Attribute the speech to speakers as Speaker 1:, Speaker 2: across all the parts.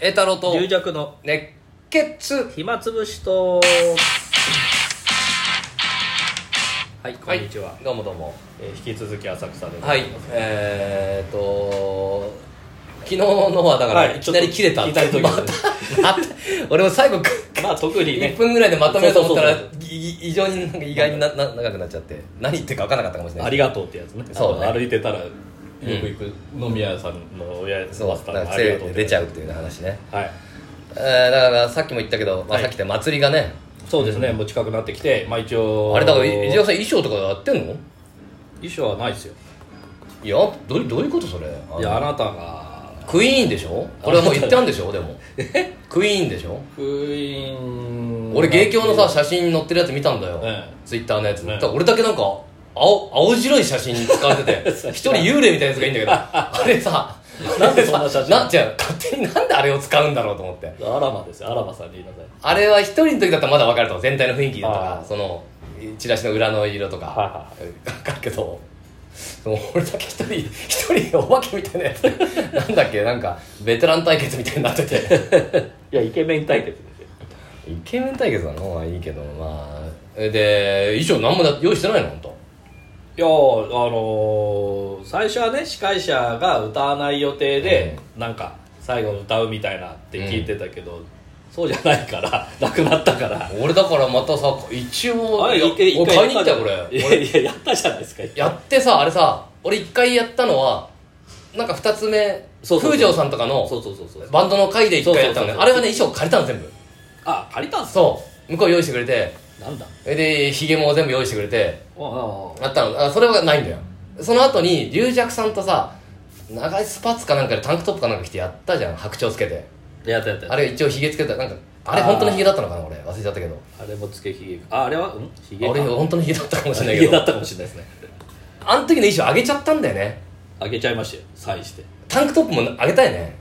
Speaker 1: 栄太郎と
Speaker 2: 龍弱の
Speaker 1: 熱血
Speaker 2: 暇つぶしとはいこ
Speaker 1: は
Speaker 2: ん
Speaker 1: い
Speaker 2: にちは、
Speaker 1: どうもどうも
Speaker 2: えー引き続き浅草でござ
Speaker 1: はい
Speaker 2: います
Speaker 1: えーっと昨日のはだから、
Speaker 2: はい
Speaker 1: い、きなり切れた
Speaker 2: ちょっといきなり
Speaker 1: ま
Speaker 2: 切れた
Speaker 1: たまた俺も最後
Speaker 2: まあ特にね
Speaker 1: 1分ぐらいでまとめようと思ったら
Speaker 2: そうそう
Speaker 1: いい異常になんか意外になな長くなっちゃって何言ってるか分からなかったかもしれな
Speaker 2: あ
Speaker 1: い
Speaker 2: りがとうってやつね
Speaker 1: そうね
Speaker 2: あの歩いてたらよく行く飲み屋さんの親やつ
Speaker 1: そうだから
Speaker 2: ありが
Speaker 1: 癖
Speaker 2: と
Speaker 1: で
Speaker 2: う
Speaker 1: 出ちゃうっていうね話ね、
Speaker 2: はい
Speaker 1: えーだからさっきも言ったけど、まあ、
Speaker 2: はい
Speaker 1: さっきって祭りがね
Speaker 2: そうですね、もう近くなってきてまあ一応
Speaker 1: あれだから伊沢
Speaker 2: 衣
Speaker 1: さん衣装とかやってんの
Speaker 2: 装はないですよ
Speaker 1: いやどうどういうことそれあの
Speaker 2: いやあなたが
Speaker 1: クイーンでしょこれはもう言ったんでしょでもクイーンでしょ
Speaker 2: クイーン
Speaker 1: 俺芸協のさ写真載ってるやつ見たんだよ、
Speaker 2: ええ
Speaker 1: ツイッターのやつ、
Speaker 2: ええ
Speaker 1: だから俺だけなんか青青白い写真使われて て一人幽霊みたいなやつがいいんだけどあれさ
Speaker 2: なんでそんな写真
Speaker 1: なじゃあ勝手になんであれを使うんだろうと思って
Speaker 2: アラマですよアラマさんで言いなさい
Speaker 1: あれは一人の時だったらまだ分かると思う全体の雰囲気だと
Speaker 2: あ
Speaker 1: か
Speaker 2: ー
Speaker 1: そのチラシの裏の色とか
Speaker 2: は
Speaker 1: 分かるけどその俺だけ一人一人お化けみたいなやつなんだっけなんかベテラン対決みたいになってて
Speaker 2: いやイケメン対決ですよ
Speaker 1: イケメン対決なのまあいいけどまあえで衣装何もだ用意してないの本当
Speaker 2: いやーあのー最初はね司会者が歌わない予定で、なんか最後歌うみたいなって聞いてたけど、そうじゃないから なくなったから
Speaker 1: 俺だからまたさ一応
Speaker 2: あれ
Speaker 1: いや
Speaker 2: 一回一
Speaker 1: 俺
Speaker 2: 回
Speaker 1: 買いに行ったよこ
Speaker 2: や
Speaker 1: れ
Speaker 2: ったじゃんいやいややったじゃないですか
Speaker 1: やってさあれさ俺一回やったのはなんか二つ目
Speaker 2: そうそうそう
Speaker 1: 空城さんとかの
Speaker 2: そうそうそうそう
Speaker 1: バンドの回で一回やったんだよ
Speaker 2: そ
Speaker 1: あ
Speaker 2: う
Speaker 1: れ
Speaker 2: そう
Speaker 1: はね衣
Speaker 2: そうそう
Speaker 1: 装借りたの全部
Speaker 2: あ借りたんすか
Speaker 1: そう向こう用意してくれて
Speaker 2: なんだ
Speaker 1: えでひげも全部用意してくれて
Speaker 2: ああ
Speaker 1: やったのあそれはないんだよその後に龍尺さんとさ長いスパッツかなんかでタンクトップかなんか着てやったじゃん白鳥つけて
Speaker 2: やったやった
Speaker 1: あ
Speaker 2: あれ
Speaker 1: れ一応ひげつけたなんかあれ
Speaker 2: あー
Speaker 1: 本当のひげだったのかな俺忘れちゃったけど
Speaker 2: あれもつけひげああれはうんひげか
Speaker 1: 俺本当のひげだったかもしれない
Speaker 2: ひ
Speaker 1: け
Speaker 2: げだっ
Speaker 1: ど
Speaker 2: たかもしれないですね
Speaker 1: あの時の衣装あげちゃったんだよね
Speaker 2: あげちゃいましたよサインして
Speaker 1: タンクトップもあげたいね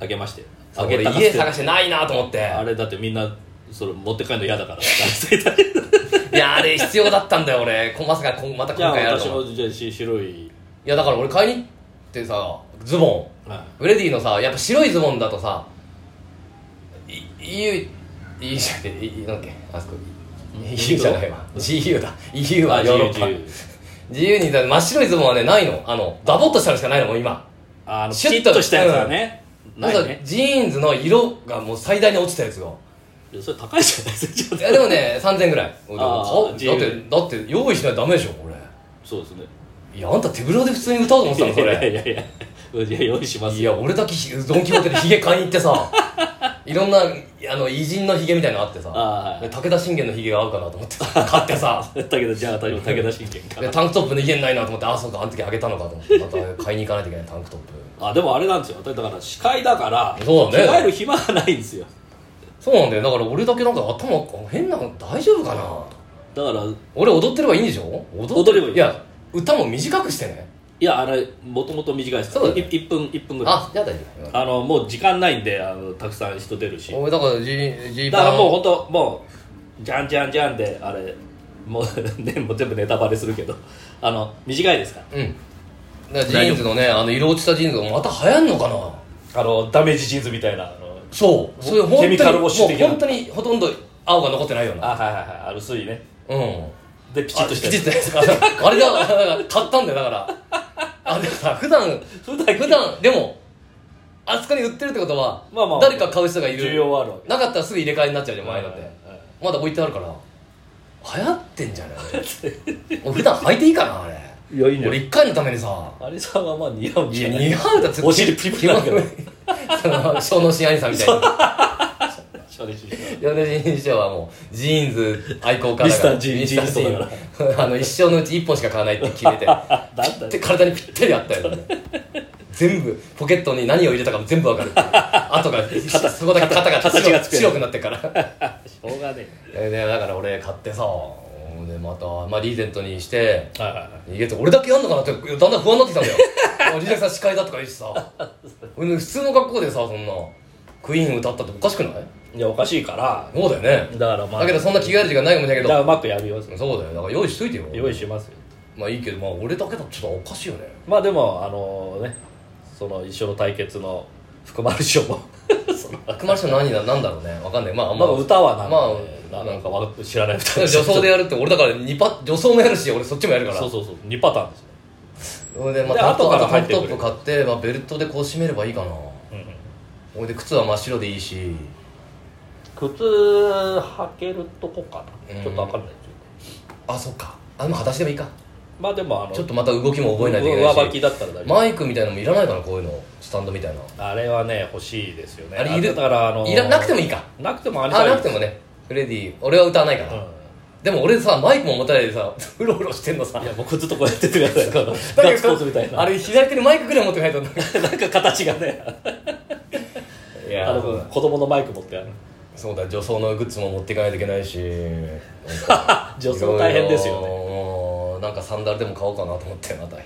Speaker 2: あげましたよあ
Speaker 1: 俺
Speaker 2: げた
Speaker 1: 家探
Speaker 2: し
Speaker 1: してないなと思って
Speaker 2: あれだってみんなそれ持って帰るの嫌だから 男性だけ
Speaker 1: いやあれ必要だったんだよ俺こまさかこまた
Speaker 2: じゃ
Speaker 1: 今
Speaker 2: あ
Speaker 1: 回やる
Speaker 2: 私
Speaker 1: と思
Speaker 2: も
Speaker 1: う
Speaker 2: じゃあし白い、
Speaker 1: いやだから俺買いに行ってさズボ
Speaker 2: は
Speaker 1: ンフレディのさやっぱ白いズボンだとさい EU いいじゃんいいなんだっけあそこ EU じゃないわ GU だ EU
Speaker 2: い、
Speaker 1: は
Speaker 2: あ
Speaker 1: ヨーロッパ
Speaker 2: 自由自由
Speaker 1: GU にだ真っ白いズボンはねないのあのダボっとしたのしかないのもう今
Speaker 2: あの
Speaker 1: シ
Speaker 2: シ
Speaker 1: ュ
Speaker 2: ュ
Speaker 1: ッ
Speaker 2: ッ
Speaker 1: と
Speaker 2: としたやつはね、な
Speaker 1: なん
Speaker 2: い
Speaker 1: か
Speaker 2: ね
Speaker 1: ジーンズの色がもう最大に落ちたやつが
Speaker 2: いやそれ高いじゃないですか
Speaker 1: い
Speaker 2: ちょ
Speaker 1: や
Speaker 2: っ
Speaker 1: でもね3000ぐらい 俺
Speaker 2: あ
Speaker 1: 買
Speaker 2: ー
Speaker 1: うだって
Speaker 2: GU
Speaker 1: だって用意しないとダメでしょこれ
Speaker 2: とそうですね
Speaker 1: いやあんた手ぶらで普通に歌おうと思ってたのそ
Speaker 2: い
Speaker 1: れ
Speaker 2: やいやいやいや用意します
Speaker 1: い
Speaker 2: よ
Speaker 1: や俺だけひドン・キホーテでヒゲ買いに行ってさ いろんなあの偉人のヒゲみたいなのあってさ
Speaker 2: あーは
Speaker 1: で
Speaker 2: い
Speaker 1: 武田信玄のヒゲが合うかなと思ってさ 買ってさ
Speaker 2: だけどじゃあ私も武田信玄
Speaker 1: で
Speaker 2: か
Speaker 1: タンクトップの家にないなと思ってああそうかあの時あげたのかと思ってまた買いに行かないといけないタンクトップ
Speaker 2: あでもあれなんですよだから司会だから
Speaker 1: そうだね
Speaker 2: 着替える暇がないんですよ
Speaker 1: そうなんだよだから俺だけなんか頭変なの大丈夫かな
Speaker 2: だからい
Speaker 1: 俺踊ってればいいんでしょ踊って
Speaker 2: 踊ればいい
Speaker 1: いや歌も短くしてね
Speaker 2: やあれもともと短いです
Speaker 1: そうだね
Speaker 2: い1分1分ぐらい
Speaker 1: あじゃあ大丈
Speaker 2: あのもう時間ないんであのたくさん人出るし
Speaker 1: 夫俺だから G, G
Speaker 2: だか
Speaker 1: パ
Speaker 2: らもう
Speaker 1: ン
Speaker 2: 本当もうじゃんじゃんじゃんであれもう ねもう全部ネタバレするけどあの短いですか
Speaker 1: うんだからジーンズのねあの色落ちたジーンズがまた流行んのかな
Speaker 2: らあのダメージジーンズみたいなあの
Speaker 1: そうそれ
Speaker 2: ケ
Speaker 1: 本当
Speaker 2: ミ
Speaker 1: に
Speaker 2: カルウォ
Speaker 1: も
Speaker 2: ッシュ的
Speaker 1: う
Speaker 2: な
Speaker 1: 本当にほとんど青が残ってないような
Speaker 2: あはいはいはいあ薄いね
Speaker 1: うん
Speaker 2: でピチッとした
Speaker 1: あピ
Speaker 2: や
Speaker 1: チッとしたやつ あれだだから買ったんだよだからあれさ普段
Speaker 2: つ普段
Speaker 1: 普段でもあそこに売ってるってことは、
Speaker 2: まあまあ
Speaker 1: 誰か買う人がいる
Speaker 2: 需要はあるわけ
Speaker 1: なかったらすぐ入れ替えになっちゃうじゃん前だって、
Speaker 2: はいはいはい
Speaker 1: まだ置いてあるから流行ってんじゃない俺俺普段履いていいかなあれ
Speaker 2: いやいいんじゃな
Speaker 1: 俺
Speaker 2: い
Speaker 1: 一回のためにさ
Speaker 2: あれさんはまあ似合うん
Speaker 1: い
Speaker 2: じ
Speaker 1: や
Speaker 2: ゃない
Speaker 1: 似合うだ
Speaker 2: お尻プリプリなんだけど
Speaker 1: その小野新兄さんみたいな
Speaker 2: そうです
Speaker 1: 米津師匠はもうジーンズ愛好家だから
Speaker 2: ミスタージーン
Speaker 1: ミスタ
Speaker 2: ジーンズだ
Speaker 1: ジーンあの一生のうち一本しか買わないって決めて
Speaker 2: あなんだ
Speaker 1: で体にぴったりあったよね全部ポケットに何を入れたかも全部わかるあとがそこだけ肩が
Speaker 2: 形
Speaker 1: 強
Speaker 2: が
Speaker 1: く
Speaker 2: つくよね
Speaker 1: 強くなってから
Speaker 2: しょうがね
Speaker 1: でだから俺買ってさでまた、まあ、リーゼントにして
Speaker 2: えはいはいはい
Speaker 1: 逃げて俺だけやんのかなってだんだん不安になってきたんだよ あリーゼントさん司会だとか言うしさ俺普通の学校でさそんなクイーン歌ったっておかしくない
Speaker 2: いやおかしいから
Speaker 1: そうだよね
Speaker 2: だからまあ
Speaker 1: だけどそんな着替える時間ないかもしれないけど
Speaker 2: だからうまくやるよ
Speaker 1: そうだよだから用意しといてよ
Speaker 2: 用意しますよ
Speaker 1: まあいいけどまあ俺だけだとちょっとおかしいよね
Speaker 2: まあでもあのねその一緒の対決の福丸師匠もその
Speaker 1: 悪魔の人何だなんだろうねわかんないまああん
Speaker 2: ま
Speaker 1: ま
Speaker 2: あ歌はなんかね、
Speaker 1: まあ
Speaker 2: ななんかわ知らない歌
Speaker 1: 女装でやるって俺だから二パ女装もやるし俺そっちもやるから
Speaker 2: そうそうそう2パターンですね、
Speaker 1: それでまあ
Speaker 2: で
Speaker 1: タップ
Speaker 2: 後から
Speaker 1: あとタ
Speaker 2: 入
Speaker 1: ン
Speaker 2: っ
Speaker 1: ク
Speaker 2: てく
Speaker 1: ト
Speaker 2: る
Speaker 1: ップ買って、まあ、ベルトでこう締めればいいかな
Speaker 2: うんうん
Speaker 1: ほいで靴は真っ白でいいし
Speaker 2: 靴履けるとこかな、
Speaker 1: うん
Speaker 2: ちょっと分かんないですけど
Speaker 1: あそっかあでも裸足でもいいか
Speaker 2: まあでもあの
Speaker 1: ちょっとまた動きも覚えないといけ
Speaker 2: 上
Speaker 1: な
Speaker 2: 履
Speaker 1: い
Speaker 2: き
Speaker 1: し
Speaker 2: だったら大丈夫、
Speaker 1: マイクみたいなのもいらないかなこういうのスタンドみたいな
Speaker 2: あれはね欲しいですよね
Speaker 1: あれいる
Speaker 2: だからあの
Speaker 1: いらなくてもいいか
Speaker 2: なくてもあ
Speaker 1: あ
Speaker 2: りたい
Speaker 1: なくてもねフレディ俺は歌わないから、でも俺さマイクも持たないでさ うろうろしてんのさ
Speaker 2: うんいや僕ずっとこうやっててくださいこの ガ
Speaker 1: だけど
Speaker 2: ッツポーズみたいな
Speaker 1: あれ左手にマイクぐらい持って帰 ったんだ
Speaker 2: なんか形がね
Speaker 1: い
Speaker 2: あの子供のマイク持ってある
Speaker 1: そうだ女装のグッズも持っていかないといけない し
Speaker 2: 女装大変ですよね
Speaker 1: ねなんかサンダルでも買おうかなと思ってまたい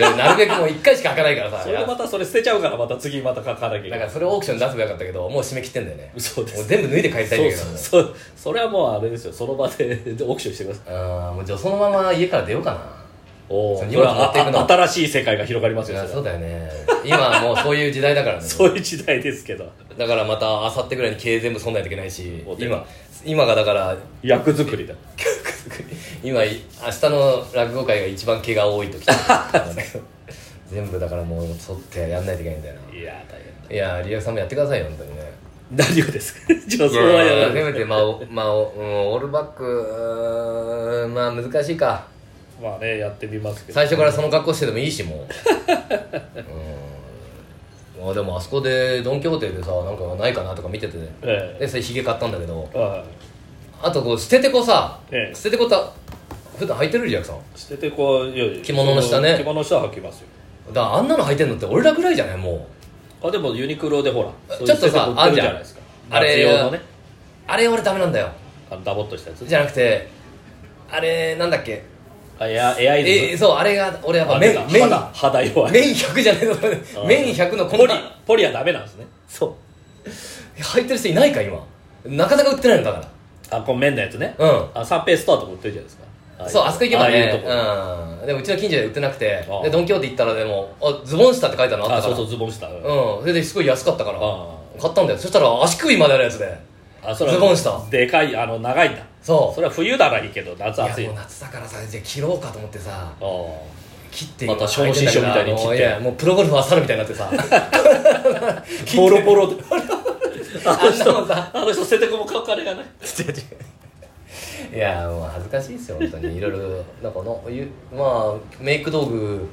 Speaker 1: ろいろなるべくもう1回しか履かない からさ
Speaker 2: それでまたそれ捨てちゃうからまた次また書かなきゃいけな
Speaker 1: だ
Speaker 2: い
Speaker 1: からそれをオークションに出せばよかったけどもう締め切ってんだよね
Speaker 2: そうです
Speaker 1: もう全部脱いで帰りたいんだけど
Speaker 2: そう
Speaker 1: も
Speaker 2: そうそうそれはもうあれですよその場でオークションしてください
Speaker 1: あーもう女装のまま家から出ようかな
Speaker 2: おお
Speaker 1: そ
Speaker 2: こ
Speaker 1: う荷
Speaker 2: れ
Speaker 1: 物持
Speaker 2: は
Speaker 1: っていくの
Speaker 2: ああ新しい世界が広がりますよ
Speaker 1: いやそ
Speaker 2: それ
Speaker 1: うだよね今もうそういう時代だからね
Speaker 2: そういう時代ですけど
Speaker 1: だからまた明後日ぐらいに経営全部損ないといけないし
Speaker 2: お手間
Speaker 1: 今今がだから
Speaker 2: 役作りだ
Speaker 1: 今い明日の落語会が一番毛が多い 時なんだけど全部だからもう取ってやんないといけないんだよ
Speaker 2: いや大変
Speaker 1: ないやーリアクさんもやってくださいよ本当にね
Speaker 2: 何をですか 女装はやら
Speaker 1: せ
Speaker 2: な
Speaker 1: め
Speaker 2: い
Speaker 1: てまあ、おまあ、おうんオールバックうーんまあ難しいか
Speaker 2: まあねやってみますけど
Speaker 1: 最初からその格好してでもいいしもううんあでもあそこでドン・キホーテでさなんかないかなとか見てて
Speaker 2: え
Speaker 1: でそれヒゲ買ったんだけど
Speaker 2: えああ
Speaker 1: あとこう捨ててこさ、
Speaker 2: ええ
Speaker 1: 捨ててこた普段履いてるリアクさん
Speaker 2: 捨ててこういやいや
Speaker 1: 着物の下ね
Speaker 2: 着物の下は履きますよ
Speaker 1: だからあんなの履いてんのって俺らぐらいじゃないもう
Speaker 2: あでもユニクロでほら
Speaker 1: ちょっとさ
Speaker 2: そういう捨ててこ売ってるないですか
Speaker 1: あんじゃん
Speaker 2: 夏用のね
Speaker 1: あれ俺ダメなんだよ
Speaker 2: あのダボっとしたやつ
Speaker 1: じゃなくてあれなんだっけ
Speaker 2: あエアエアイズム
Speaker 1: えーそうあれが俺やっぱ
Speaker 2: あ
Speaker 1: 麺
Speaker 2: なんか
Speaker 1: 麺
Speaker 2: 肌肌弱い
Speaker 1: 麺100じゃないの
Speaker 2: ー
Speaker 1: 麺100のこ
Speaker 2: ポ
Speaker 1: ん
Speaker 2: リ
Speaker 1: な
Speaker 2: ポリはダメなんですね
Speaker 1: そう履いてる人いないか今なかなか売ってないんだか
Speaker 2: あこの麺のやつね
Speaker 1: らうん
Speaker 2: あ三平ストアとか売ってるじゃないですか
Speaker 1: そうあそこ行けば
Speaker 2: ああいうと
Speaker 1: ね
Speaker 2: こ
Speaker 1: うんでもうちの近所で売ってなくて
Speaker 2: ああ
Speaker 1: でドン・キホーテ行ったらでもあズボン下って書いたのあ
Speaker 2: あ
Speaker 1: ったか
Speaker 2: そう
Speaker 1: ら
Speaker 2: そうズボン下うん
Speaker 1: うんそれですごい安かったから
Speaker 2: あ
Speaker 1: 買ったんだよそしたら足首まであるやつで
Speaker 2: あそれは
Speaker 1: ズボン下
Speaker 2: でかいあの長いんだ
Speaker 1: そう
Speaker 2: それは冬ならいいけど夏暑
Speaker 1: い
Speaker 2: い
Speaker 1: やもう
Speaker 2: あ
Speaker 1: 夏だからさじゃあ切ろうかと思ってさ
Speaker 2: あ
Speaker 1: 切って
Speaker 2: また正真正銘みたいに切って
Speaker 1: もういやもうプロゴルファー猿みたいになって さ
Speaker 2: ボロボロで あの
Speaker 1: あんなもん
Speaker 2: 人
Speaker 1: さ
Speaker 2: あの人捨ててこも買う金がない
Speaker 1: いやもう恥ずかしいですよ本当にいろいろなんかのゆまあメイク道具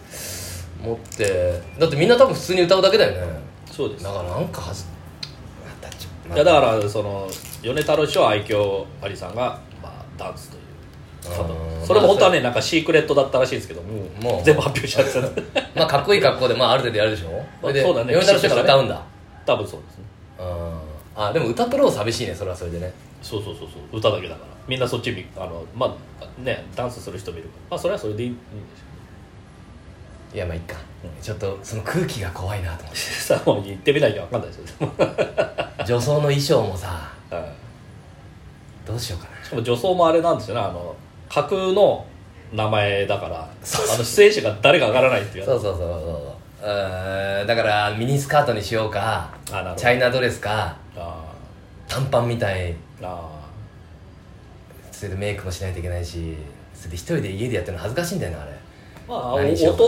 Speaker 1: 持ってだってみんな多分普通に歌うだけだよね
Speaker 2: そうです
Speaker 1: だからなんかはずまたちょ
Speaker 2: いやだからその米太郎氏は愛嬌ありさんが、まあ、ダンスという多
Speaker 1: うん
Speaker 2: 分それも本当はねなんかシークレットだったらしいんですけどもう
Speaker 1: もう
Speaker 2: 全部発表しちゃってた
Speaker 1: まあかっこいい格好でまあある程度やるでしょそれで
Speaker 2: そうだね
Speaker 1: 米太郎師匠が歌うんだ
Speaker 2: 多分そうですね
Speaker 1: うんあでも歌プロ寂しいねそれはそれでね
Speaker 2: そうそうそうそう歌だけだからみんなそっち見あのまあねダンスする人見るからまあそれはそれでいいい いんでしょ
Speaker 1: いやまあいっか、ちょっとその空気が怖いなと思っ
Speaker 2: うさあもう行ってみないと分かんないですよ、
Speaker 1: て女装の衣装もさ
Speaker 2: は
Speaker 1: どうしようかない
Speaker 2: しかも女装もあれなんですよねあの架空の名前だからあの出演者が誰か分からないっていう
Speaker 1: そうそうそうそううーんだからミニスカートにしようか
Speaker 2: あなるほど
Speaker 1: チャイナドレスか
Speaker 2: あ
Speaker 1: 短パンみたい
Speaker 2: ーあ
Speaker 1: それでメイクもしないといけないしそれで一人で家でやってるの恥ずかしいんだよなあれ
Speaker 2: ーまあお
Speaker 1: 何
Speaker 2: 大
Speaker 1: にしよう
Speaker 2: 人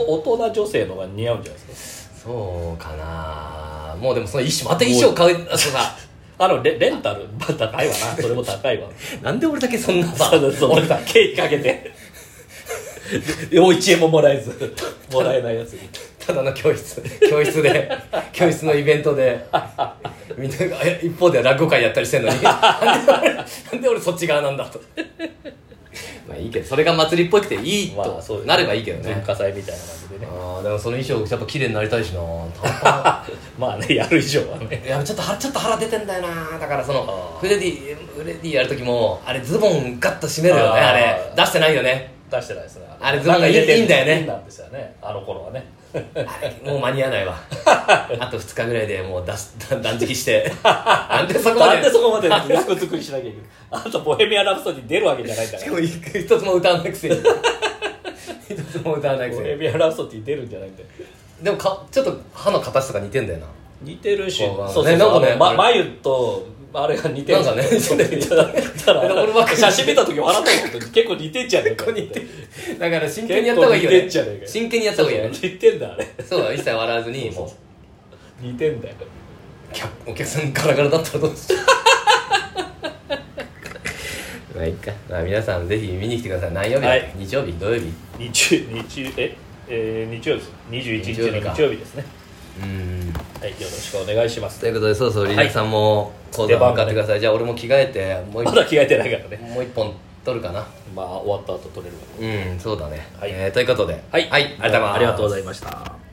Speaker 2: 女性の方が似合うんじゃないですか
Speaker 1: そうかなもうでもその衣装また衣装買うあそう か
Speaker 2: あのレレンタル、まあ、高 いわなそれも高いわ
Speaker 1: なんで俺だけそんなさ
Speaker 2: そうだそう
Speaker 1: 俺
Speaker 2: だ
Speaker 1: だけ
Speaker 2: 経 費かけてもう1円ももらえず もらえないやつに
Speaker 1: ただの教室教室 で教室のイベントでみんながえ一方では落語会やったりしてんの になんで俺なんで俺そっち側なんだとまあいいけどそれが祭りっぽくていいと、
Speaker 2: まあそうですね
Speaker 1: なればいいけど
Speaker 2: 文
Speaker 1: ね
Speaker 2: 化祭みたいな感じでね
Speaker 1: ああでもその衣装やっぱ綺麗になりたいしな短パ
Speaker 2: まあねやる以上はね
Speaker 1: ン いやちょっと腹ちょっと腹出てんだよなだからその
Speaker 2: あー
Speaker 1: フレディフレディやる時もあれズボンガッと締めるよねあ
Speaker 2: あー
Speaker 1: れ出してないよね
Speaker 2: 出してないですね
Speaker 1: あれズボンがいい
Speaker 2: なんか入れて
Speaker 1: いいんだよね
Speaker 2: なんですよねあの頃はね
Speaker 1: あれもう間に合わ ないわあと2日ぐらいでもう出す断断食して なんでそこまで
Speaker 2: なんでそこまで役作りしなきゃいけないあとボヘミアン・ラプソディ出るわけじゃないんだ
Speaker 1: し
Speaker 2: か
Speaker 1: からも一一つも歌わないく せに一つも歌わないく
Speaker 2: ボ
Speaker 1: せ
Speaker 2: ヘ
Speaker 1: に
Speaker 2: ミアン・ラプソディ出るんじゃないんだよ
Speaker 1: でもかちょっと歯の形とか似てんだよな
Speaker 2: 似てるし、
Speaker 1: そうだね
Speaker 2: そうそう
Speaker 1: ねなんかね
Speaker 2: あのま
Speaker 1: あれ
Speaker 2: 眉とあれが似てる
Speaker 1: なんか ね
Speaker 2: そうそう
Speaker 1: 似てる
Speaker 2: だから
Speaker 1: 俺ばっかり
Speaker 2: 写真見た時笑ったけど結構似てんじゃねえ か
Speaker 1: 似てだから真剣にやった方がいいよ
Speaker 2: 結構似て
Speaker 1: ね
Speaker 2: んじゃねえかよ
Speaker 1: 真剣にやった方がいいよね
Speaker 2: 似てんだあれ
Speaker 1: そうだ一切笑わずにもう
Speaker 2: 似てんだよ
Speaker 1: お客さんガラガラだったらどうしようまあいいか、まあ、皆さんぜひ見に来てください何曜日だっけ、
Speaker 2: はい
Speaker 1: 日曜日土曜日
Speaker 2: 日曜日ええー日曜です21
Speaker 1: 日曜日
Speaker 2: 日
Speaker 1: か
Speaker 2: の日曜日ですね
Speaker 1: うん
Speaker 2: はいよろしくお願いします
Speaker 1: ということでそうそうリリーさんも講座向かってください、じゃあ俺も着替えてもう一
Speaker 2: まだ着替えてないからね
Speaker 1: もう一本取るかな
Speaker 2: まあ終わった後撮れるわ
Speaker 1: うんそうだね、
Speaker 2: はい
Speaker 1: えーということでは
Speaker 2: はい、
Speaker 1: はい、ありがとうございます
Speaker 2: ありがとうございました